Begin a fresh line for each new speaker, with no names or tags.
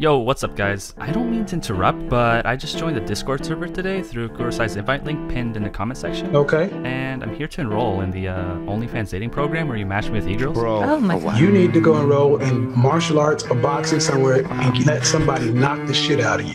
Yo, what's up, guys? I don't mean to interrupt, but I just joined the Discord server today through Kurosai's invite link pinned in the comment section.
Okay.
And I'm here to enroll in the uh, OnlyFans dating program where you match me with e girls.
Bro.
Oh my god.
You need to go enroll in martial arts or boxing somewhere and let somebody knock the shit out of you.